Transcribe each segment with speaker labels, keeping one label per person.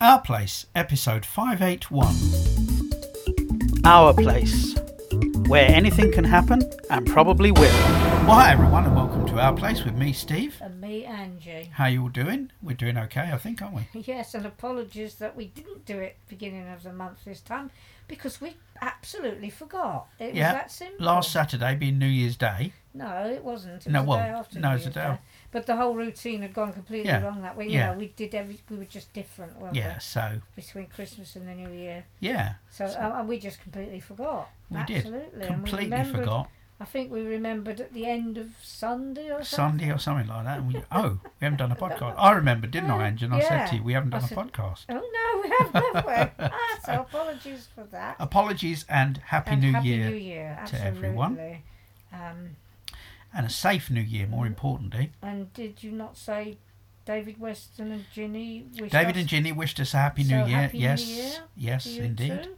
Speaker 1: Our Place, episode 581.
Speaker 2: Our place, where anything can happen and probably will.
Speaker 1: Well, hi everyone, and welcome to Our Place with me, Steve.
Speaker 3: And me, Angie.
Speaker 1: How you all doing? We're doing okay, I think, aren't we?
Speaker 3: Yes, and apologies that we didn't do it beginning of the month this time because we absolutely forgot. It
Speaker 1: Yeah,
Speaker 3: was that simple.
Speaker 1: Last Saturday being New Year's Day.
Speaker 3: No, it wasn't. It
Speaker 1: No,
Speaker 3: was
Speaker 1: well,
Speaker 3: the day after
Speaker 1: no,
Speaker 3: New
Speaker 1: it's the
Speaker 3: Year's
Speaker 1: day
Speaker 3: Day.
Speaker 1: af-
Speaker 3: But the whole routine had gone completely
Speaker 1: Yeah,
Speaker 3: wrong that way. You
Speaker 1: yeah.
Speaker 3: know, we did every. We were just different, weren't
Speaker 1: Yeah,
Speaker 3: we?
Speaker 1: so,
Speaker 3: Between Christmas and the New Year.
Speaker 1: yeah,
Speaker 3: So, um, and we just completely forgot.
Speaker 1: we did.
Speaker 3: absolutely. And we
Speaker 1: Completely
Speaker 3: remembered,
Speaker 1: forgot.
Speaker 3: I think we remembered at the end of Sunday or something.
Speaker 1: Sunday or something like that. And we, oh, we haven't done a podcast. I remembered, didn't I, Angie? And I said
Speaker 3: Yeah.
Speaker 1: to you, we haven't
Speaker 3: I
Speaker 1: done a
Speaker 3: said-
Speaker 1: podcast.
Speaker 3: Oh no, we haven't, have we? ah, so apologies for that.
Speaker 1: Apologies and Happy,
Speaker 3: and
Speaker 1: New,
Speaker 3: Happy
Speaker 1: Year,
Speaker 3: New Year
Speaker 1: to everyone.
Speaker 3: absolutely. Um,
Speaker 1: and a safe New Year, more importantly.
Speaker 3: and did you not say David Weston and Ginny? Wish
Speaker 1: David
Speaker 3: us
Speaker 1: and Ginny wished us a Happy New
Speaker 3: So
Speaker 1: Year.
Speaker 3: Happy New
Speaker 1: yes,
Speaker 3: Year
Speaker 1: yes,
Speaker 3: to you
Speaker 1: indeed.
Speaker 3: too?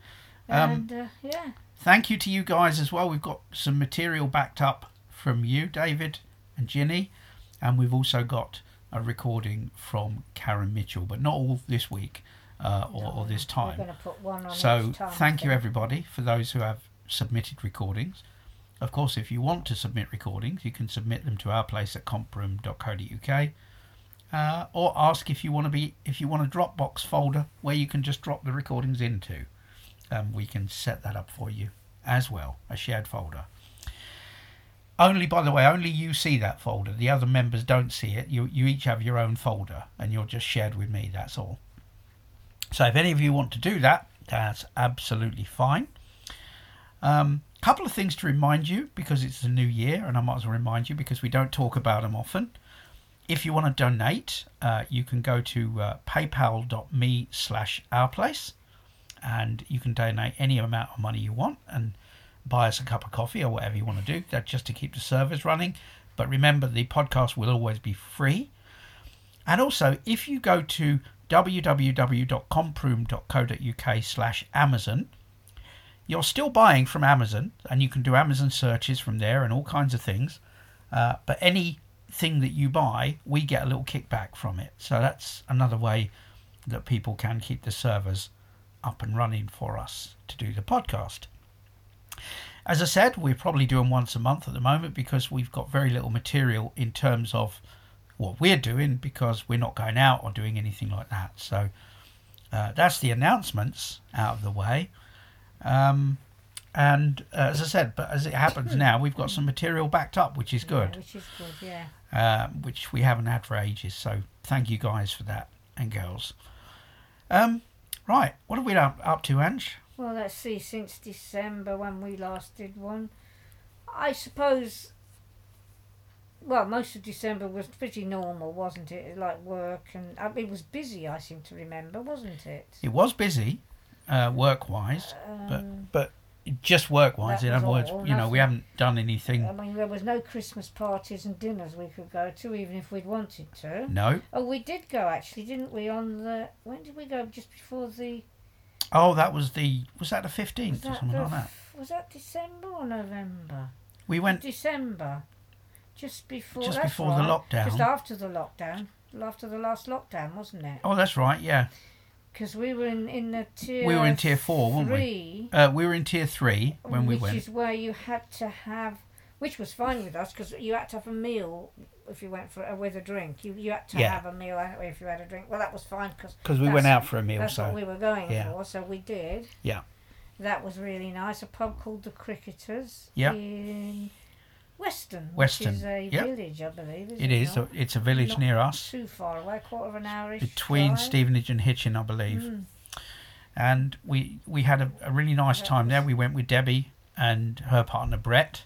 Speaker 1: Um,
Speaker 3: And uh, yeah,
Speaker 1: Thank you to you guys as well. We've got some material backed up from you, David and Ginny, and we've also got a recording from Karen Mitchell, but not all this week uh, or, or this
Speaker 3: We're
Speaker 1: time.
Speaker 3: going to put one on
Speaker 1: So
Speaker 3: each time,
Speaker 1: thank you
Speaker 3: then.
Speaker 1: everybody for those who have submitted recordings. Of course, if you want to submit recordings, you can submit them to our place at comproom.co.uk. Uh, or ask if you want to be if you want a Dropbox folder where you can just drop the recordings into. Um, we can set that up for you as well, a shared folder. Only, by the way, only you see that folder. The other members don't see it. You you each have your own folder, and you're just shared with me. That's all. So if any of you want to do that, that's absolutely fine. A um, couple of things to remind you because it's the new year, and I might as well remind you because we don't talk about them often. If you want to donate, uh, you can go to uh, paypal.me slash ourplace and you can donate any amount of money you want and buy us a cup of coffee or whatever you want to do. That's just to keep the servers running. But remember, the podcast will always be free. And also, if you go to www.comproom.co.uk slash Amazon, you're still buying from Amazon, and you can do Amazon searches from there and all kinds of things. Uh, but anything that you buy, we get a little kickback from it. So that's another way that people can keep the servers up and running for us to do the podcast. As I said, we're probably doing once a month at the moment because we've got very little material in terms of what we're doing because we're not going out or doing anything like that. So uh, that's the announcements out of the way. Um, and uh, as I said, but as it happens now, we've got some material backed up, which is
Speaker 3: Yeah,
Speaker 1: good
Speaker 3: which is good, yeah.
Speaker 1: um, which we haven't had for ages. So thank you guys for that and girls. Um, right, what have we up, up to, Ange?
Speaker 3: Well, let's see. Since December, when we last did one, I suppose. Well, most of December was pretty normal, wasn't it? Like work and I it was busy. I seem to remember, wasn't it?
Speaker 1: It was busy, uh, work wise,
Speaker 3: Um,
Speaker 1: but just work wise.
Speaker 3: That
Speaker 1: In
Speaker 3: was
Speaker 1: other words,
Speaker 3: all,
Speaker 1: you know, we
Speaker 3: nothing. Um,
Speaker 1: haven't done
Speaker 3: I
Speaker 1: anything.
Speaker 3: mean, there was no Christmas parties and dinners we could go to, even if we'd wanted to.
Speaker 1: No.
Speaker 3: Oh, we did go actually, didn't we? On the when did we go? Just before the
Speaker 1: Oh, that was the was that the
Speaker 3: was
Speaker 1: fifteenth or
Speaker 3: that
Speaker 1: something
Speaker 3: the,
Speaker 1: like that.
Speaker 3: was that December or November?
Speaker 1: We went
Speaker 3: December, just before
Speaker 1: just
Speaker 3: that's
Speaker 1: before the
Speaker 3: right. Just
Speaker 1: lockdown.
Speaker 3: after the lockdown, after the last lockdown, wasn't it?
Speaker 1: Oh, that's right. Yeah,
Speaker 3: Because we were in, in the tier.
Speaker 1: we were in tier four, weren't we?
Speaker 3: three,
Speaker 1: Uh, we were in tier three when we
Speaker 3: which
Speaker 1: went.
Speaker 3: is where you had to have, which was fine with us because you had to have a meal if you went for uh, with a drink. You you had to
Speaker 1: Yeah.
Speaker 3: have a meal anyway if you had a drink. Well, that was fine because
Speaker 1: because we went out for a meal,
Speaker 3: that's
Speaker 1: so
Speaker 3: what we were going
Speaker 1: uh, yeah.
Speaker 3: for, so we did.
Speaker 1: Yeah.
Speaker 3: That was really nice. A pub called the Cricketers.
Speaker 1: Yeah.
Speaker 3: In Weston.
Speaker 1: Weston,
Speaker 3: Which is a
Speaker 1: yeah.
Speaker 3: village, I believe. Is
Speaker 1: it
Speaker 3: it,
Speaker 1: is.
Speaker 3: Not
Speaker 1: so It's a village
Speaker 3: Not
Speaker 1: near us.
Speaker 3: too far away, quarter of an hour ish. Mm.
Speaker 1: between Stevenage and Hitchin, I believe. And we we had a, a really nice
Speaker 3: That
Speaker 1: time there.
Speaker 3: was-
Speaker 1: We went with Debbie and her partner Brett.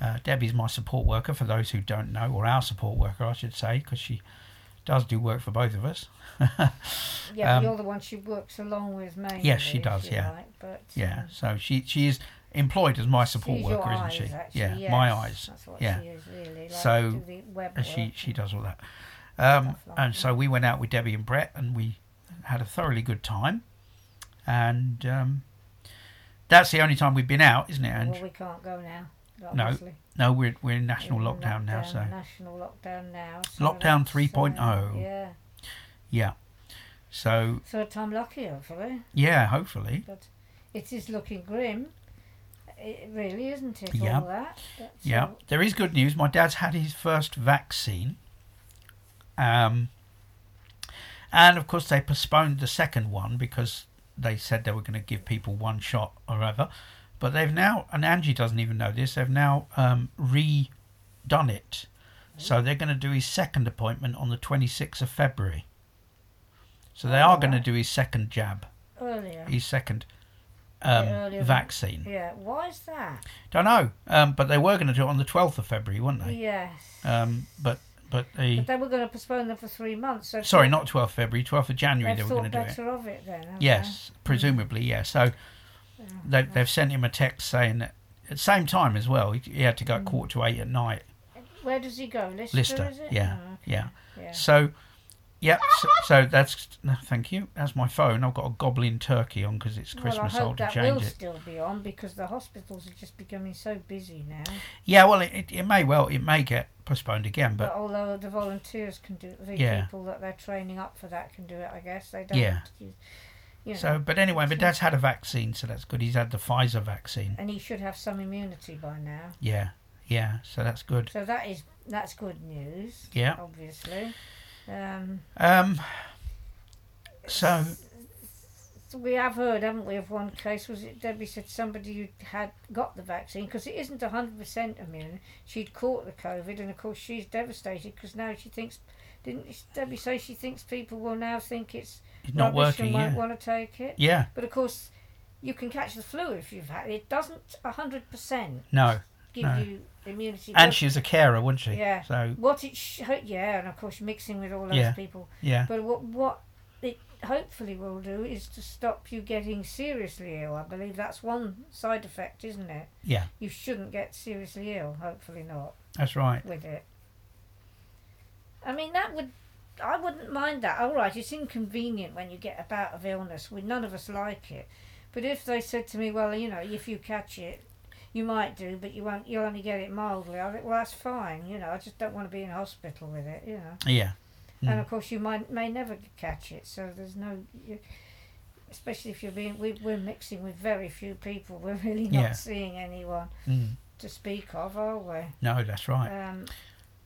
Speaker 1: Uh, Debbie's my support worker, for those who don't know, or our support worker, I should say, because she does do work for both of us.
Speaker 3: Yeah,
Speaker 1: um,
Speaker 3: but you're the one she works along with mainly.
Speaker 1: Yes, she
Speaker 3: if
Speaker 1: does,
Speaker 3: you
Speaker 1: yeah.
Speaker 3: like, but,
Speaker 1: Yeah,
Speaker 3: um,
Speaker 1: so she she is employed as my support
Speaker 3: she's your
Speaker 1: worker, isn't
Speaker 3: eyes,
Speaker 1: she?
Speaker 3: Actually,
Speaker 1: yeah,
Speaker 3: yes.
Speaker 1: my eyes.
Speaker 3: That's what
Speaker 1: yeah.
Speaker 3: she is really. Like,
Speaker 1: So,
Speaker 3: do the web
Speaker 1: And she
Speaker 3: work
Speaker 1: she
Speaker 3: and-
Speaker 1: does all that. Um,
Speaker 3: Stuff like
Speaker 1: and
Speaker 3: that.
Speaker 1: so we went out with Debbie and Brett, and we had a thoroughly good time. And um, that's the only time we've been out, isn't it? And
Speaker 3: Well, we can't go now. Obviously.
Speaker 1: no, we're we're in national
Speaker 3: We're in
Speaker 1: lockdown now, so
Speaker 3: National lockdown now. so um,
Speaker 1: Lockdown oh.
Speaker 3: that's, uh,
Speaker 1: 3.0.
Speaker 3: Yeah.
Speaker 1: yeah. So
Speaker 3: Third time lucky, hopefully.
Speaker 1: yeah, hopefully.
Speaker 3: It is looking grim. It really isn't it?
Speaker 1: Yeah.
Speaker 3: All that. That's
Speaker 1: Yeah,
Speaker 3: all.
Speaker 1: there is good news. My dad's had his first vaccine. Um, and of course, they postponed the second one because they said they were going to give people one shot or ever. But they've now, and Angie doesn't even know this, they've now um, redone it. So they're going to do his second appointment on the 26th of February. So they are going to
Speaker 3: Alright.
Speaker 1: do his second jab,
Speaker 3: Earlier.
Speaker 1: his second
Speaker 3: Bit earlier
Speaker 1: um,
Speaker 3: than-
Speaker 1: vaccine.
Speaker 3: Yeah. Why is that?
Speaker 1: Don't know, um, but they were going to do it on the 12th of February, weren't they?
Speaker 3: Yes.
Speaker 1: Um, but but
Speaker 3: but
Speaker 1: the
Speaker 3: they were going to postpone them for three months. So
Speaker 1: sorry, not 12th February, 12th of January
Speaker 3: They've
Speaker 1: they were going
Speaker 3: thought
Speaker 1: to do it.
Speaker 3: better of it then. haven't
Speaker 1: Yes, presumably, yeah. So they, they've sent him a text saying that at the same time as well, he, he had to go
Speaker 3: Mm.
Speaker 1: at quarter to eight at night.
Speaker 3: they? Where does he go? Lister.
Speaker 1: Lister,
Speaker 3: Is it?
Speaker 1: yeah,
Speaker 3: Oh,
Speaker 1: yeah.
Speaker 3: yeah.
Speaker 1: So, yep. So, so that's no, thank you. That's my phone. I've got a goblin turkey on because it's Christmas.
Speaker 3: well, I
Speaker 1: I
Speaker 3: hope
Speaker 1: to
Speaker 3: that
Speaker 1: change
Speaker 3: will
Speaker 1: it.
Speaker 3: still be on because the hospitals are just becoming so busy now.
Speaker 1: Yeah, well, it, it, it may well it may get postponed again,
Speaker 3: But,
Speaker 1: but
Speaker 3: although the volunteers can do, the
Speaker 1: Yeah.
Speaker 3: people that they're training up for that can do it. I guess they don't.
Speaker 1: Yeah.
Speaker 3: Have to use, you know,
Speaker 1: so but anyway, but Dad's had a vaccine, so that's good. He's had the Pfizer vaccine.
Speaker 3: and he should have some immunity by now.
Speaker 1: Yeah, yeah. So that's good.
Speaker 3: So that is that's good news.
Speaker 1: Yeah.
Speaker 3: Obviously. Um,
Speaker 1: Um. So
Speaker 3: so we have heard, haven't we, of one case? Was it Debbie said somebody who had got the vaccine because it isn't hundred percent immune. She'd caught the COVID, and of course she's devastated because now she thinks. Didn't Debbie say she thinks people will now think it's
Speaker 1: it's not
Speaker 3: rubbish
Speaker 1: working.
Speaker 3: and won't
Speaker 1: Yeah.
Speaker 3: want to take it?
Speaker 1: Yeah.
Speaker 3: But of course, you can catch the flu if you've had it. Doesn't hundred percent
Speaker 1: No.
Speaker 3: give
Speaker 1: No.
Speaker 3: you immunity?
Speaker 1: And
Speaker 3: But
Speaker 1: she was a carer, wasn't she?
Speaker 3: Yeah.
Speaker 1: So
Speaker 3: what it sh- yeah, and of course mixing with all those
Speaker 1: Yeah.
Speaker 3: people.
Speaker 1: yeah.
Speaker 3: But what what it hopefully will do is to stop you getting seriously ill. I believe that's one side effect, isn't it?
Speaker 1: Yeah.
Speaker 3: You shouldn't get seriously ill. Hopefully not
Speaker 1: That's right.
Speaker 3: with it. I mean that would. I wouldn't mind that. All right, it's inconvenient when you get a bout of illness. We none of us like it, but if they said to me, "Well, you know, if you catch it, you might do, but you won't. You'll only get it mildly." I think, "Well, that's fine. You know, I just don't want to be in hospital with it. You know."
Speaker 1: Yeah.
Speaker 3: and
Speaker 1: Mm.
Speaker 3: of course you might may never catch it so there's no you, especially if you're being we, we're mixing with very few people we're really not
Speaker 1: Yeah.
Speaker 3: seeing anyone
Speaker 1: Mm.
Speaker 3: to speak of are we
Speaker 1: No, that's right.
Speaker 3: um,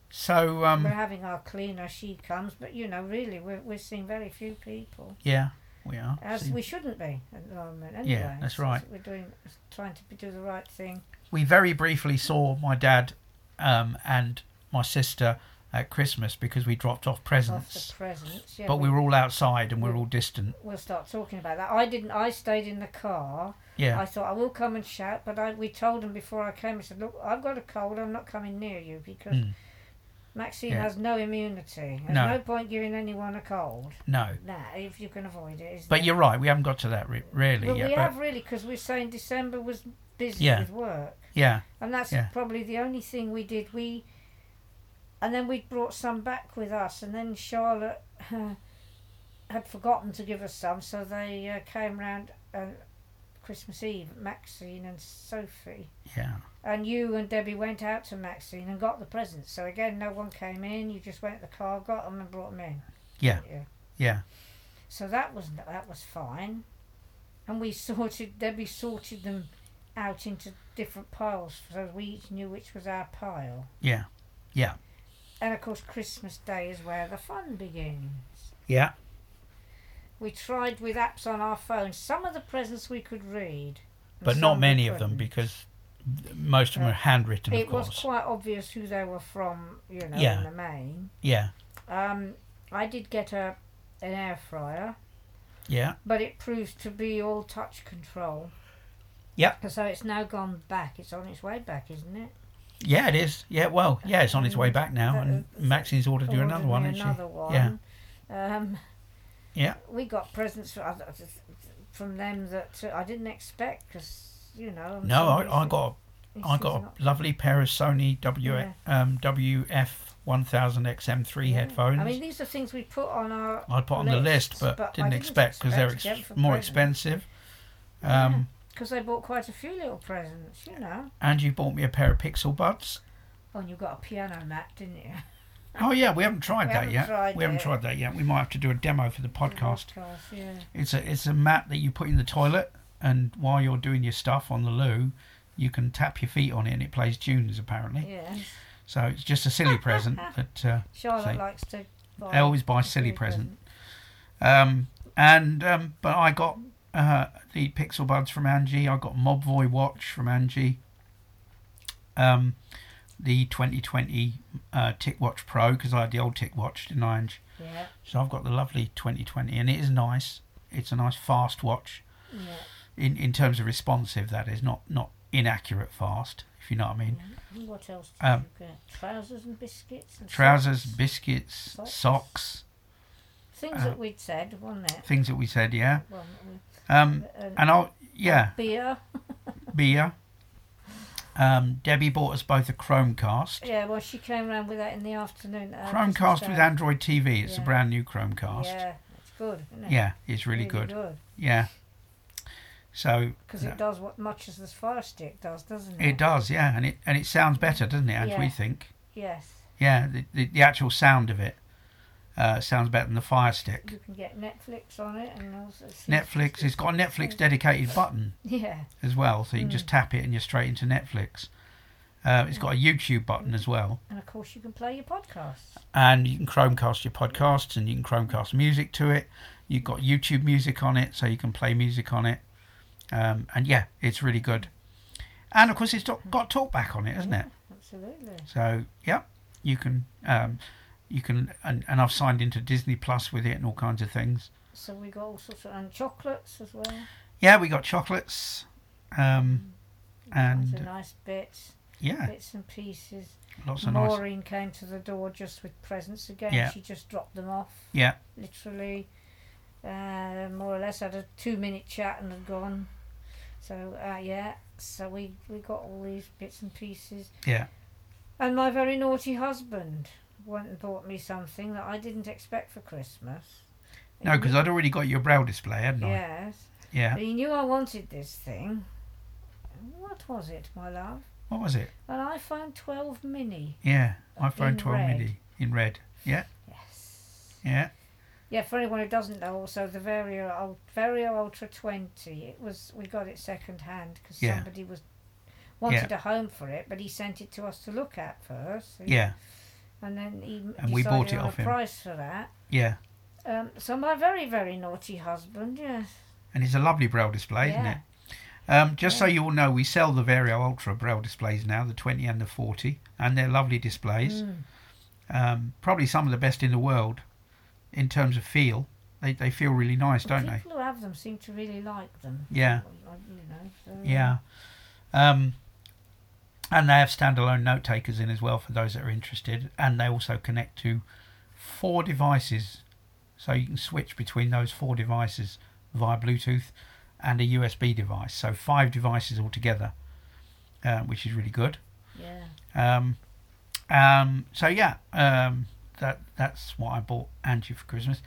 Speaker 1: So
Speaker 3: we're
Speaker 1: um.
Speaker 3: having our cleaner she comes but you know really we're, we're seeing very few people
Speaker 1: Yeah. We are.
Speaker 3: as
Speaker 1: See,
Speaker 3: we shouldn't be at the moment anyway
Speaker 1: Yeah, that's
Speaker 3: So
Speaker 1: right.
Speaker 3: we're doing trying to do the right thing
Speaker 1: we very briefly saw my dad, um, and my sister at Christmas because we dropped off
Speaker 3: of the
Speaker 1: presents,
Speaker 3: presence yeah,
Speaker 1: but we were all outside and we were
Speaker 3: we-
Speaker 1: all distant.
Speaker 3: we'll start talking about that i didn't i stayed in the car I
Speaker 1: Yeah.
Speaker 3: thought I will come and shout, but I, we told him before I came. I said, "Look, I've got a cold. I'm not coming near you because
Speaker 1: Mm.
Speaker 3: Maxine
Speaker 1: Yeah.
Speaker 3: has no immunity. There's
Speaker 1: No.
Speaker 3: no. point giving anyone a cold.
Speaker 1: No.
Speaker 3: Nah, if you can avoid it. Isn't
Speaker 1: But
Speaker 3: it?
Speaker 1: you're right. We haven't got to that re- really
Speaker 3: But
Speaker 1: yet.
Speaker 3: we
Speaker 1: but
Speaker 3: have really because we're saying December was busy
Speaker 1: Yeah.
Speaker 3: with work,
Speaker 1: yeah.
Speaker 3: and that's
Speaker 1: Yeah.
Speaker 3: probably the only thing we did. We and then we brought some back with us, and then Charlotte had forgotten to give us some, so they uh, came round uh, Christmas Eve. Maxine and Sophie.
Speaker 1: Yeah.
Speaker 3: And you and Debbie went out to Maxine and got the presents. So again, no one came in. You just went to the car, got them, and brought them in.
Speaker 1: Yeah.
Speaker 3: Yeah.
Speaker 1: Yeah.
Speaker 3: So that was that was fine. And we sorted. Debbie sorted them out into different piles, so we each knew which was our pile.
Speaker 1: Yeah. Yeah.
Speaker 3: And of course, Christmas Day is where the fun begins.
Speaker 1: Yeah.
Speaker 3: We tried with apps on our phones. Some of the presents we could read, and
Speaker 1: but
Speaker 3: some
Speaker 1: not
Speaker 3: we
Speaker 1: many of them
Speaker 3: couldn't.
Speaker 1: because most of them
Speaker 3: Yeah.
Speaker 1: are handwritten,
Speaker 3: it
Speaker 1: of
Speaker 3: was
Speaker 1: course.
Speaker 3: quite obvious who they were from. You know,
Speaker 1: Yeah.
Speaker 3: in the main.
Speaker 1: yeah,
Speaker 3: Um, I did get a an air fryer,
Speaker 1: yeah,
Speaker 3: but it proved to be all touch control.
Speaker 1: Yep.
Speaker 3: So it's now gone back. It's on its way back, isn't it?
Speaker 1: yeah. It is. Yeah, well, yeah. It's on its way back now,
Speaker 3: Uh, That-
Speaker 1: and Maxine's ordered you another
Speaker 3: Ordered me
Speaker 1: one, isn't
Speaker 3: another one.
Speaker 1: Yeah.
Speaker 3: Um,
Speaker 1: Yeah.
Speaker 3: We got presents from other- from them that uh, I didn't expect because you know.
Speaker 1: she? No,
Speaker 3: somebody's-
Speaker 1: I, I got a, I
Speaker 3: she's
Speaker 1: got
Speaker 3: not-
Speaker 1: a lovely pair of Sony W um, WF one thousand XM3
Speaker 3: yeah.
Speaker 1: headphones.
Speaker 3: I
Speaker 1: I
Speaker 3: mean, these are things we put on our.
Speaker 1: would put on the list,
Speaker 3: lists,
Speaker 1: but,
Speaker 3: but I
Speaker 1: didn't
Speaker 3: didn't
Speaker 1: expect because they're
Speaker 3: expect to
Speaker 1: ex-
Speaker 3: get them for
Speaker 1: more
Speaker 3: present.
Speaker 1: expensive.
Speaker 3: Yeah.
Speaker 1: Um,
Speaker 3: Because they bought quite a few little presents, you know.
Speaker 1: And you bought me a pair of Pixel Buds.
Speaker 3: Oh, and you got a piano mat, didn't you?
Speaker 1: Oh yeah, we haven't tried
Speaker 3: We
Speaker 1: that
Speaker 3: haven't
Speaker 1: yet.
Speaker 3: tried
Speaker 1: we haven't
Speaker 3: it.
Speaker 1: tried that yet. We might have to do a demo for the podcast.
Speaker 3: Podcast, yeah.
Speaker 1: It's a it's a mat that you put in the toilet, and while you're doing your stuff on the loo, you can tap your feet on it, and it plays tunes apparently.
Speaker 3: Yeah.
Speaker 1: So it's just a silly present that uh,
Speaker 3: Charlotte
Speaker 1: See.
Speaker 3: likes to buy.
Speaker 1: I always buy Oh, silly present. Um, and um, but I got uh, the Pixel Buds from Angie. I got Mobvoi watch from Angie. Um, the 2020 uh, Tick Watch Pro because I had the old Tick Watch, didn't I, Ange?
Speaker 3: Yeah,
Speaker 1: So I've got the lovely 2020, and it is nice. It's a nice fast watch
Speaker 3: yeah.
Speaker 1: in in terms of responsive. That is not not inaccurate fast, if you know what I mean.
Speaker 3: And what else did
Speaker 1: Um,
Speaker 3: you get? Trousers and biscuits. And
Speaker 1: Trousers,
Speaker 3: socks.
Speaker 1: biscuits,
Speaker 3: Socks.
Speaker 1: socks,
Speaker 3: Things
Speaker 1: uh,
Speaker 3: that we'd said, wasn't it?
Speaker 1: things that we said, yeah.
Speaker 3: Well, we-
Speaker 1: Um,
Speaker 3: and
Speaker 1: and I'll yeah.
Speaker 3: beer.
Speaker 1: beer. Um, Debbie bought us both a Chromecast.
Speaker 3: Yeah, well, she came round with that in the afternoon. at our Christmas
Speaker 1: Chromecast
Speaker 3: day.
Speaker 1: with Android TV. It's a
Speaker 3: Yeah.
Speaker 1: brand new Chromecast. Yeah,
Speaker 3: Yeah, it's good, isn't it?
Speaker 1: it's really good. Yeah. So
Speaker 3: Because it does what much as the Fire Stick does, doesn't it?
Speaker 1: it does, yeah, and it and it sounds better, doesn't it? As we
Speaker 3: Yeah.
Speaker 1: think,
Speaker 3: Yes.
Speaker 1: yeah, the, the, the actual sound of it uh, sounds better than the Fire Stick.
Speaker 3: You can get Netflix on it and also. see-
Speaker 1: Netflix, it's got a Netflix dedicated button
Speaker 3: Yeah.
Speaker 1: as well, so you can just tap it and you're straight into Netflix. Uh, it's got a YouTube button as well.
Speaker 3: And of course, you can play your podcasts.
Speaker 1: and you can Chromecast your podcasts and you can Chromecast music to it. You've got YouTube music on it, so you can play music on it. Um, and yeah, it's really good. And of course, it's got got TalkBack on it, hasn't it?
Speaker 3: Absolutely.
Speaker 1: So yeah, you can um, you can and, and I've signed into Disney Plus with it and all kinds of things.
Speaker 3: So we got all sorts of and chocolates as well.
Speaker 1: Yeah, we got chocolates, um,
Speaker 3: Lots of
Speaker 1: and
Speaker 3: nice bits,
Speaker 1: yeah,
Speaker 3: bits and pieces.
Speaker 1: lots of nice.
Speaker 3: Maureen came to the door just with presents again.
Speaker 1: Yeah.
Speaker 3: She just dropped them off.
Speaker 1: Yeah.
Speaker 3: Literally, uh, more or less, had a two-minute chat and had gone. So uh, yeah, so we we got all these bits and pieces.
Speaker 1: Yeah.
Speaker 3: And my very naughty husband went and bought me something that I didn't expect for Christmas.
Speaker 1: No, because I'd already got your brow display, hadn't I?
Speaker 3: Yes.
Speaker 1: Yeah.
Speaker 3: But he knew I wanted this thing. What was it, my love?
Speaker 1: What was it?
Speaker 3: An iPhone 12 mini.
Speaker 1: Yeah, iPhone
Speaker 3: In
Speaker 1: 12
Speaker 3: red.
Speaker 1: mini in red. Yeah,
Speaker 3: Yes.
Speaker 1: yeah.
Speaker 3: Yeah, for anyone who doesn't know, also the Vario, Ul- Vario Ultra 20. It was we got it second hand because
Speaker 1: Yeah.
Speaker 3: somebody was wanted a home for it, but he sent it to us to look at first. and-
Speaker 1: Yeah,
Speaker 3: And then he m-
Speaker 1: And we
Speaker 3: decided
Speaker 1: bought it
Speaker 3: on
Speaker 1: off
Speaker 3: a
Speaker 1: him.
Speaker 3: price for that.
Speaker 1: yeah.
Speaker 3: Um, so my very very naughty husband, yes.
Speaker 1: And it's a lovely braille display, isn't
Speaker 3: Yeah.
Speaker 1: it? Um, just so
Speaker 3: Yeah.
Speaker 1: you all know, we sell the Vario Ultra braille displays now, the 20 and the 40, and they're lovely displays.
Speaker 3: Mm.
Speaker 1: Um, probably some of the best in the world in terms of feel. They, they feel really nice, don't they?
Speaker 3: People who have them seem to really like them.
Speaker 1: Yeah,
Speaker 3: Well, I- You know. So, uh,
Speaker 1: yeah. Um, and they have standalone note takers in as well for those that are interested, and they also connect to four devices, so you can switch between those four devices via Bluetooth and a USB device. So five devices altogether, uh, which is really good.
Speaker 3: Yeah.
Speaker 1: Um, um, so yeah, um, that that's what I bought Angie for Christmas,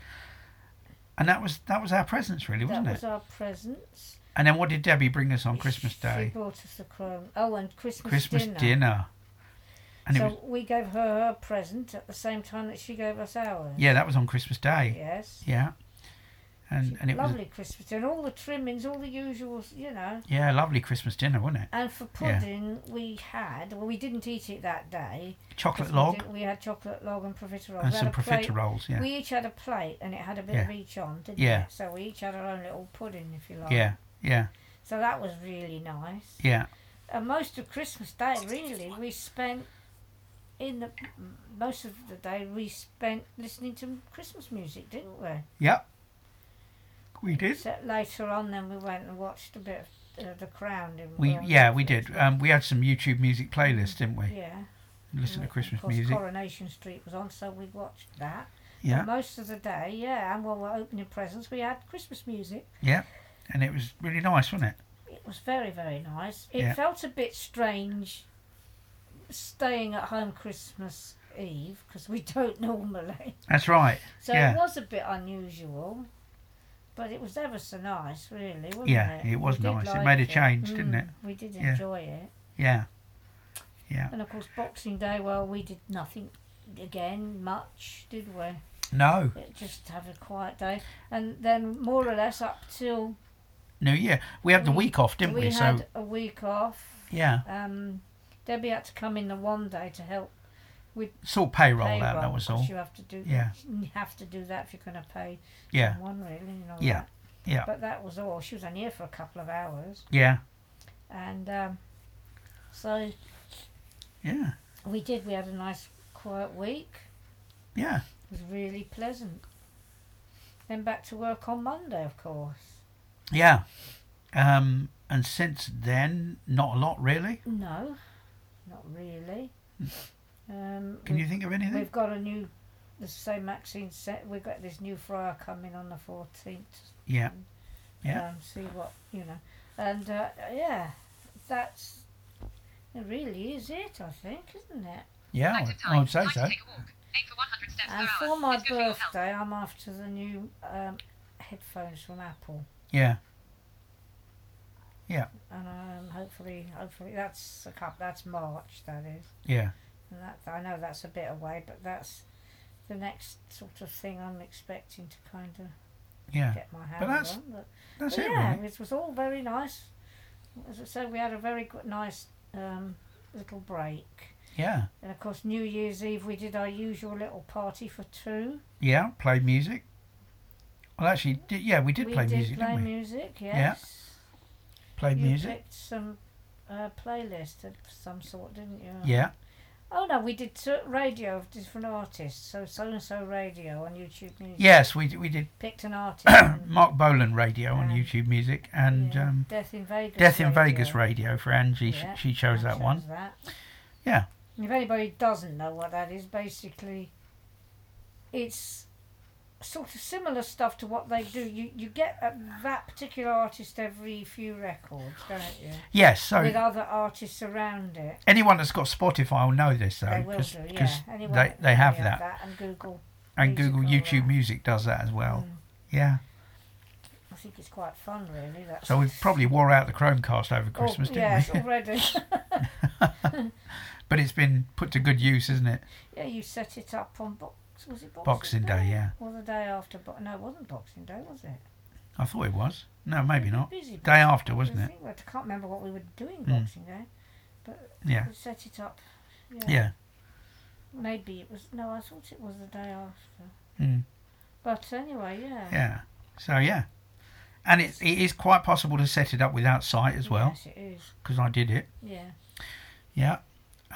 Speaker 1: and that was that was our presents really,
Speaker 3: That
Speaker 1: wasn't
Speaker 3: was
Speaker 1: it?
Speaker 3: our presents.
Speaker 1: And then what did Debbie bring us on Christmas
Speaker 3: She
Speaker 1: Day?
Speaker 3: bought us the chrome. Oh, and Christmas,
Speaker 1: Christmas
Speaker 3: dinner.
Speaker 1: dinner. And
Speaker 3: so
Speaker 1: it was,
Speaker 3: we gave her her present at the same time that she gave us ours.
Speaker 1: yeah, that was on Christmas Day.
Speaker 3: Yes.
Speaker 1: Yeah. And
Speaker 3: She-
Speaker 1: and it was
Speaker 3: lovely Christmas dinner, all the trimmings, all the usuals, you know.
Speaker 1: yeah, lovely Christmas dinner, wasn't it?
Speaker 3: And for
Speaker 1: Yeah.
Speaker 3: pudding, we had well, we didn't eat it that day. 'cause
Speaker 1: Chocolate
Speaker 3: we
Speaker 1: log
Speaker 3: didn't- We, had chocolate log and profiterole.
Speaker 1: and
Speaker 3: we
Speaker 1: some
Speaker 3: had a plate.
Speaker 1: profiteroles, yeah.
Speaker 3: We each had a plate, and it had a bit of each on, didn't
Speaker 1: Yeah.
Speaker 3: it? So we each had our own little pudding, if you like.
Speaker 1: Yeah, yeah,
Speaker 3: So that was really nice.
Speaker 1: yeah.
Speaker 3: And most of Christmas Day, really, we spent in the m- most of the day we spent listening to Christmas music, didn't we?
Speaker 1: Yep. We did.
Speaker 3: So later on, then we went and watched a bit of uh, The Crown. Didn't
Speaker 1: We
Speaker 3: on
Speaker 1: yeah, we
Speaker 3: Netflix.
Speaker 1: did. Um, we had some YouTube music playlists, didn't we?
Speaker 3: Yeah.
Speaker 1: Listen to
Speaker 3: and
Speaker 1: Christmas
Speaker 3: of course,
Speaker 1: music.
Speaker 3: Coronation Street was on, so we watched that.
Speaker 1: Yeah.
Speaker 3: And most of the day, yeah. And while we we're opening presents, we had Christmas music.
Speaker 1: and it was really nice, wasn't it?
Speaker 3: It was very, very nice. It
Speaker 1: Yeah.
Speaker 3: felt a bit strange staying at home Christmas Eve because we don't normally.
Speaker 1: That's right.
Speaker 3: So
Speaker 1: Yeah.
Speaker 3: it was a bit unusual, but it was ever so nice, really, wasn't
Speaker 1: Yeah,
Speaker 3: it?
Speaker 1: it was
Speaker 3: We did
Speaker 1: nice. It made a change, didn't
Speaker 3: Mm,
Speaker 1: it?
Speaker 3: We did
Speaker 1: Yeah.
Speaker 3: enjoy it.
Speaker 1: Yeah,
Speaker 3: And of course, Boxing Day, well, we did nothing. again much, did we?
Speaker 1: No,
Speaker 3: It- Just have a quiet day, and then more or less up till
Speaker 1: New Year. We had the
Speaker 3: We-
Speaker 1: week off, didn't we?
Speaker 3: we
Speaker 1: So
Speaker 3: had a week off.
Speaker 1: yeah,
Speaker 3: Um, Debbie had to come in the one day to help
Speaker 1: it's all payroll,
Speaker 3: pay
Speaker 1: out. That was all.
Speaker 3: You have to do
Speaker 1: Yeah.
Speaker 3: You have to do that if you're going to pay
Speaker 1: Yeah,
Speaker 3: someone, really. You know
Speaker 1: Yeah,
Speaker 3: that.
Speaker 1: yeah.
Speaker 3: But that was all. She was only here for a couple of hours,
Speaker 1: yeah,
Speaker 3: and um, so
Speaker 1: yeah,
Speaker 3: we did. We had a nice, quiet week.
Speaker 1: yeah.
Speaker 3: It was really pleasant. Then back to work on Monday, of course.
Speaker 1: Yeah. Um, and since then, not a lot really.
Speaker 3: No, not really. Um,
Speaker 1: Can
Speaker 3: we-
Speaker 1: you think of anything?
Speaker 3: We've got a new, the same Maxine set. We've got this new fryer coming on the fourteenth.
Speaker 1: Yeah. Yeah.
Speaker 3: Um, see what you know, and uh, yeah, that's it. Really, is it? I think, isn't it?
Speaker 1: Yeah, I would-
Speaker 4: Active
Speaker 1: I
Speaker 4: time.
Speaker 1: would Oh, say
Speaker 4: Time to
Speaker 1: so.
Speaker 4: take a walk. Aim for 100 steps per
Speaker 3: And
Speaker 4: hour.
Speaker 3: for my
Speaker 4: It's good for your health.
Speaker 3: birthday, I'm after the new um, headphones from Apple,
Speaker 1: Yeah,
Speaker 3: and um, hopefully, hopefully that's a cup. That's March, that is.
Speaker 1: yeah,
Speaker 3: And that I know that's a bit away, but that's the next sort of thing I'm expecting to kind of
Speaker 1: yeah.
Speaker 3: get my hands
Speaker 1: that's-
Speaker 3: on. But
Speaker 1: That's
Speaker 3: But
Speaker 1: it,
Speaker 3: yeah,
Speaker 1: really.
Speaker 3: it was all very nice. As I said, we had a very good, nice um, little break.
Speaker 1: Yeah,
Speaker 3: And of course, New Year's Eve, we did our usual little party for two.
Speaker 1: yeah. Play music. Well, actually, di yeah, we did
Speaker 3: we
Speaker 1: play
Speaker 3: did
Speaker 1: music,
Speaker 3: play
Speaker 1: didn't we?
Speaker 3: music, yes.
Speaker 1: play
Speaker 3: you
Speaker 1: music.
Speaker 3: picked some uh, playlist of some sort, didn't you?
Speaker 1: Yeah,
Speaker 3: Oh, no, we did t- radio of different artists. So, so and so radio on YouTube Music.
Speaker 1: yes, we d- we did.
Speaker 3: Picked an artist. and,
Speaker 1: Mark Bolan radio on
Speaker 3: Um,
Speaker 1: YouTube Music and
Speaker 3: yeah,
Speaker 1: um,
Speaker 3: Death in Vegas.
Speaker 1: Death in
Speaker 3: radio.
Speaker 1: Vegas radio for Angie.
Speaker 3: Yeah,
Speaker 1: She, she chose
Speaker 3: I
Speaker 1: that one.
Speaker 3: chose that.
Speaker 1: Yeah.
Speaker 3: And If anybody doesn't know what that is, basically, it's sort of similar stuff to what they do. You you get a, that particular artist every few records, don't you?
Speaker 1: Yes,
Speaker 3: With
Speaker 1: so
Speaker 3: other artists around it.
Speaker 1: anyone that's got Spotify will know this though,
Speaker 3: they will
Speaker 1: because
Speaker 3: do, yeah. Anyone
Speaker 1: they,
Speaker 3: that-
Speaker 1: they have
Speaker 3: yeah,
Speaker 1: that.
Speaker 3: And Google,
Speaker 1: and
Speaker 3: Music
Speaker 1: Google
Speaker 3: or
Speaker 1: YouTube
Speaker 3: that.
Speaker 1: Music does that as well.
Speaker 3: Mm.
Speaker 1: Yeah.
Speaker 3: I think it's quite fun, really. That's
Speaker 1: So we probably wore out the Chromecast over Christmas,
Speaker 3: oh,
Speaker 1: didn't
Speaker 3: yes,
Speaker 1: we?
Speaker 3: already.
Speaker 1: but it's been put to good use, isn't it?
Speaker 3: yeah, you set it up on box. Was it
Speaker 1: Boxing
Speaker 3: Boxing,
Speaker 1: Day, yeah.
Speaker 3: Or the day after, but no, it wasn't Boxing Day, was it?
Speaker 1: I thought it was. No, maybe not.
Speaker 3: Busy
Speaker 1: Day after, wasn't
Speaker 3: I
Speaker 1: it?
Speaker 3: think- I can't remember what we were doing
Speaker 1: Mm.
Speaker 3: Boxing Day.
Speaker 1: Yeah.
Speaker 3: We set it up. Yeah.
Speaker 1: Yeah.
Speaker 3: Maybe it was. No, I thought it was the day after.
Speaker 1: Mm.
Speaker 3: But anyway, yeah.
Speaker 1: Yeah. So yeah. And it, it is quite possible to set it up without sight as well,
Speaker 3: Yes, it is.
Speaker 1: because I did it.
Speaker 3: Yeah.
Speaker 1: Yeah.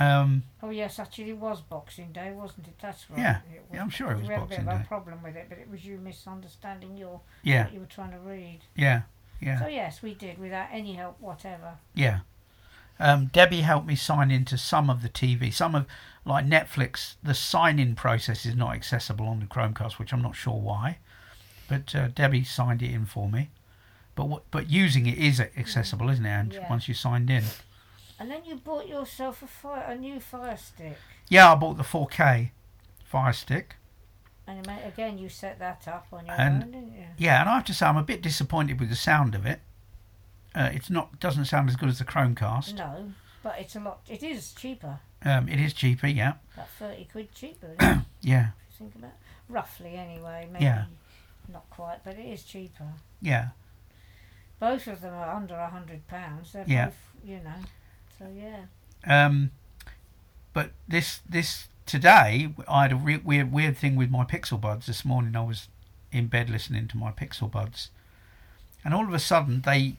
Speaker 1: Um,
Speaker 3: Oh yes, actually, it was Boxing Day, wasn't it? That's right.
Speaker 1: Yeah.
Speaker 3: It was.
Speaker 1: yeah, I'm sure it was
Speaker 3: we had a
Speaker 1: Boxing
Speaker 3: bit of
Speaker 1: Day.
Speaker 3: a problem with it, but it was you misunderstanding your
Speaker 1: Yeah.
Speaker 3: what you were trying to read.
Speaker 1: Yeah.
Speaker 3: So
Speaker 1: Yeah.
Speaker 3: yes, we did without any help whatever.
Speaker 1: Yeah. Um, Debbie helped me sign into some of the TV. Some of, like Netflix, the sign in process is not accessible on the Chromecast, which I'm not sure why. But uh, Debbie signed it in for me. But what, but using it is accessible, isn't it? And
Speaker 3: Yeah.
Speaker 1: once you signed in,
Speaker 3: And then you bought yourself a fire, a new Fire Stick,
Speaker 1: yeah, I bought the 4K Fire Stick.
Speaker 3: and you ma- again you set that up on your
Speaker 1: And-
Speaker 3: own, didn't you?
Speaker 1: Yeah, and I have to say I'm a bit disappointed with the sound of it. Uh, it's not doesn't sound as good as the Chromecast.
Speaker 3: No, but it's a lot. It is cheaper,
Speaker 1: Um, it is cheaper, yeah,
Speaker 3: about thirty quid cheaper. Isn't it?
Speaker 1: yeah,
Speaker 3: if you think about it. roughly anyway. Maybe
Speaker 1: Yeah.
Speaker 3: not quite, but it is cheaper.
Speaker 1: yeah,
Speaker 3: Both of them are under a hundred pounds. They're
Speaker 1: Yeah.
Speaker 3: both, you know. So yeah,
Speaker 1: Um, but this this today, I had a re- weird weird thing with my Pixel Buds. This morning, I was in bed listening to my Pixel Buds, and all of a sudden they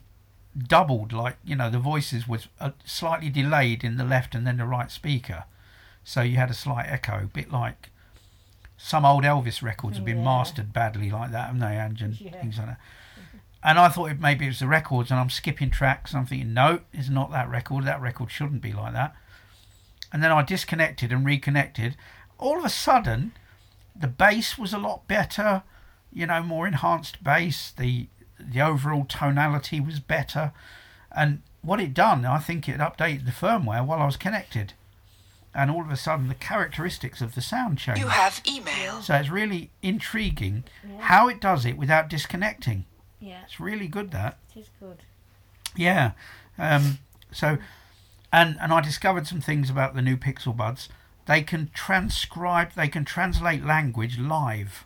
Speaker 1: doubled. Like you know, the voices was uh, slightly delayed in the left and then the right speaker, so you had a slight echo, a bit like. Some old Elvis records have been
Speaker 3: Yeah.
Speaker 1: mastered badly like that, haven't they, Ange, and
Speaker 3: Yeah.
Speaker 1: things like that. And I thought it, maybe it was the records, and I'm skipping tracks, and I'm thinking, no, it's not that record. That record shouldn't be like that and then I disconnected and reconnected. All of a sudden, the bass was a lot better, you know, more enhanced bass. The the overall tonality was better, and what it done, I think it updated the firmware while I was connected, and all of a sudden the characteristics of the sound changed.
Speaker 5: You have email.
Speaker 1: So it's really intriguing
Speaker 3: Yeah.
Speaker 1: how it does it without disconnecting.
Speaker 3: yeah,
Speaker 1: It's really good that.
Speaker 3: it is good.
Speaker 1: Yeah. Um, so, and and I discovered some things about the new Pixel Buds. They can transcribe, they can translate language live.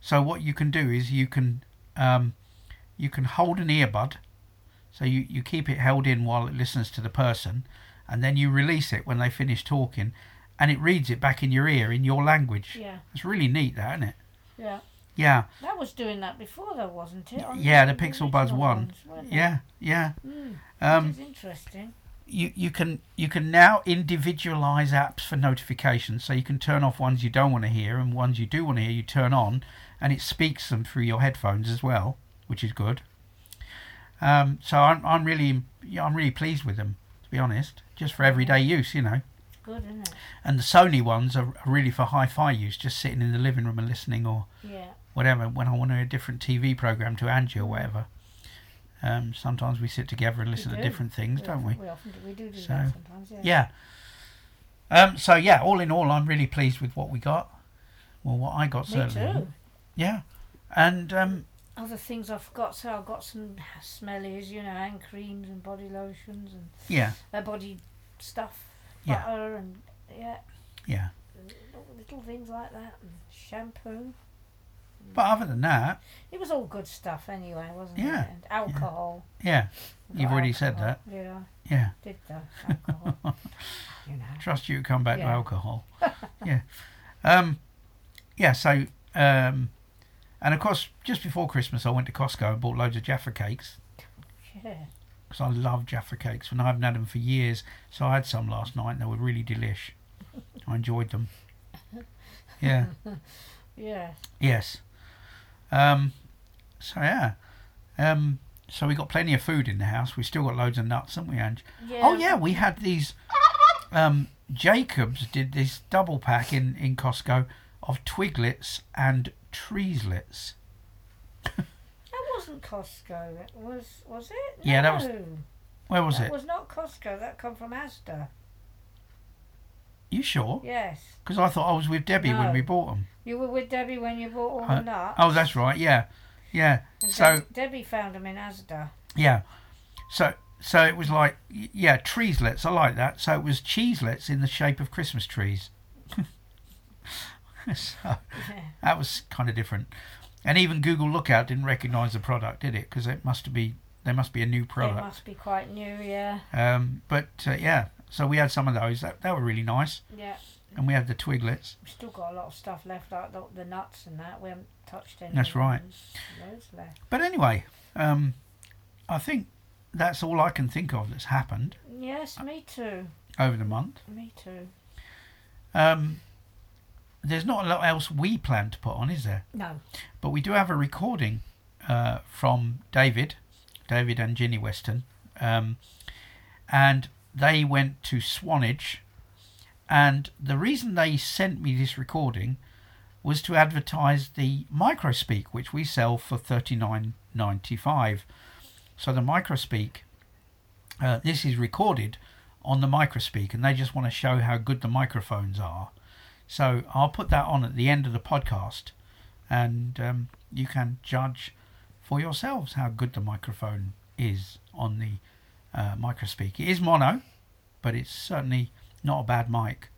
Speaker 1: So what you can do is you can um, you can hold an earbud, so you, you keep it held in while it listens to the person, and then you release it when they finish talking, and it reads it back in your ear in your language.
Speaker 3: Yeah,
Speaker 1: It's really neat, that isn't it?
Speaker 3: yeah.
Speaker 1: Yeah,
Speaker 3: That was doing that before, though, wasn't it? On
Speaker 1: Yeah, the Pixel Buds
Speaker 3: original
Speaker 1: one.
Speaker 3: ones, weren't it?
Speaker 1: yeah, yeah.
Speaker 3: Mm,
Speaker 1: Um,
Speaker 3: that is interesting.
Speaker 1: you, you can you can now individualize apps for notifications so you can turn off ones you don't want to hear and ones you do want to hear you turn on and it speaks them through your headphones as well which is good um, so I'm, I'm really yeah, I'm really pleased with them to be honest just for everyday use you know
Speaker 3: Good, isn't it?
Speaker 1: and the Sony ones are are really for hi-fi use just sitting in the living room and listening or
Speaker 3: Yeah.
Speaker 1: whatever when I want to hear a different TV program to Angie or whatever um, sometimes we sit together and listen to
Speaker 3: do.
Speaker 1: different things don't we
Speaker 3: We often do, we do, do
Speaker 1: So,
Speaker 3: that sometimes. Yeah.
Speaker 1: yeah. Um, so yeah, all in all, I'm really pleased with what we got. Well, what I got
Speaker 3: Me
Speaker 1: certainly.
Speaker 3: too.
Speaker 1: Yeah, and um,
Speaker 3: Other things I forgot. So I've got some smellies, you know, hand creams and body lotions and
Speaker 1: yeah,
Speaker 3: uh, body stuff,
Speaker 1: Yeah.
Speaker 3: butter and yeah,
Speaker 1: yeah.
Speaker 3: little- little things like that and shampoo.
Speaker 1: But other than that,
Speaker 3: It was all good stuff anyway, wasn't
Speaker 1: Yeah,
Speaker 3: it? And alcohol.
Speaker 1: yeah,
Speaker 3: Got
Speaker 1: You've already said
Speaker 3: alcohol. Yeah,
Speaker 1: yeah.
Speaker 3: I did the alcohol. you know.
Speaker 1: Trust you to come back to
Speaker 3: Yeah.
Speaker 1: alcohol. yeah, um, yeah. So um, and of course, just before Christmas, I went to Costco and bought loads of Jaffa cakes
Speaker 3: Yeah.
Speaker 1: because I love Jaffa cakes and I haven't had them for years. So I had some last night and they were really delish. I enjoyed them. Yeah.
Speaker 3: Yeah.
Speaker 1: Yes. Um, so yeah. Um, so we got plenty of food in the house. We still got loads of nuts, haven't we, Ange?
Speaker 3: Yeah.
Speaker 1: Oh yeah, we had these. Um, Jacobs did this double pack in in Costco of twiglets and treeslets.
Speaker 3: That wasn't Costco. That was was it?
Speaker 1: Yeah, that was-
Speaker 3: No,
Speaker 1: Where was
Speaker 3: that
Speaker 1: it?
Speaker 3: was not Costco. That come from Asda.
Speaker 1: You sure?
Speaker 3: Yes.
Speaker 1: Because I thought I was with Debbie when
Speaker 3: No.
Speaker 1: we bought them.
Speaker 3: You were with Debbie when you bought all
Speaker 1: Uh,
Speaker 3: the nuts.
Speaker 1: Oh, that's right. Yeah, yeah.
Speaker 3: And
Speaker 1: So
Speaker 3: Deb- Debbie found them in Asda.
Speaker 1: Yeah. So so it was like y- yeah, treeslets. I like that. So it was cheeselets in the shape of Christmas trees. so that was kind of different. And even Google Lookout didn't recognise the product, did it? Because it must be there must be a new
Speaker 3: They
Speaker 1: product.
Speaker 3: must be quite new. Yeah.
Speaker 1: Um, but uh, yeah, so we had some of those. That they were really nice,
Speaker 3: Yeah.
Speaker 1: and we had the twiglets.
Speaker 3: We've still got a lot of stuff left, like the, the nuts and that. We haven't touched any.
Speaker 1: That's
Speaker 3: of those.
Speaker 1: right.
Speaker 3: Loads left.
Speaker 1: But anyway, um, I think that's all I can think of that's happened
Speaker 3: Yes,
Speaker 1: Uh
Speaker 3: me too.
Speaker 1: over the month.
Speaker 3: Me too.
Speaker 1: Um, there's not a lot else we plan to put on, is there?
Speaker 3: No.
Speaker 1: But we do have a recording uh, from David, David and Ginny Weston, um, and they went to Swanage. And the reason they sent me this recording was to advertise the MicroSpeak, which we sell for thirty nine ninety five. So the MicroSpeak, uh, this is recorded on the MicroSpeak, and they just want to show how good the microphones are. So I'll put that on at the end of the podcast and um, you can judge for yourselves how good the microphone is on the uh, microspeak. It is mono, but it's certainly not a bad mic.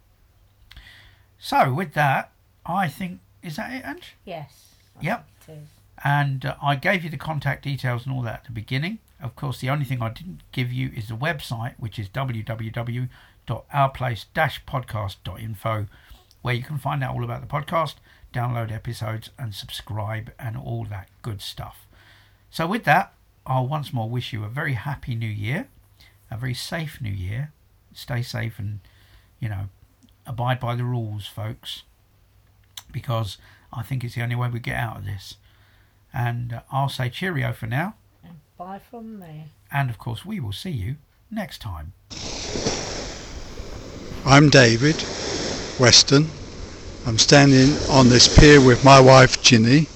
Speaker 1: So with that, I think is that it, Ange?
Speaker 3: Yes.
Speaker 1: Yep.
Speaker 3: It is.
Speaker 1: And uh, I gave you the contact details and all that at the beginning. Of course, the only thing I didn't give you is the website, which is www.ourplace-podcast.info, where you can find out all about the podcast, download episodes, and subscribe, and all that good stuff. So, with that, I'll once more wish you a very happy new year, a very safe new year. Stay safe and, you know, abide by the rules, folks, because I think it's the only way we get out of this. And uh, I'll say cheerio for now.
Speaker 3: Bye from me.
Speaker 1: And of course, we will see you next time.
Speaker 5: I'm David Weston. I'm standing on this pier with my wife Ginny.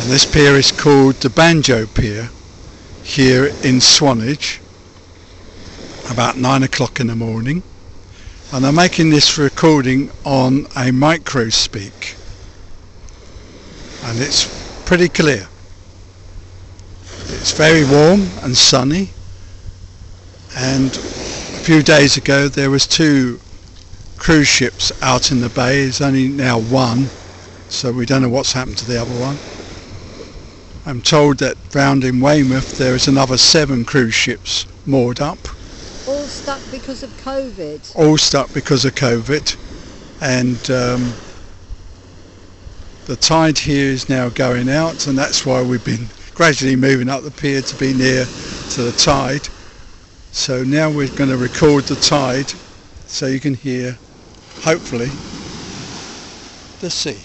Speaker 5: And this pier is called the Banjo Pier here in Swanage about nine o'clock in the morning. And I'm making this recording on a micro speak. And it's pretty clear. It's very warm and sunny and few days ago there was two cruise ships out in the bay. There's only now one, so we don't know what's happened to the other one. I'm told that round in Weymouth there is another seven cruise ships moored up,
Speaker 6: All stuck because of COVID.
Speaker 5: all stuck because of COVID, and um, the tide here is now going out, and that's why we've been gradually moving up the pier to be near to the tide. So now we're going to record the tide, so you can hear, hopefully, the sea.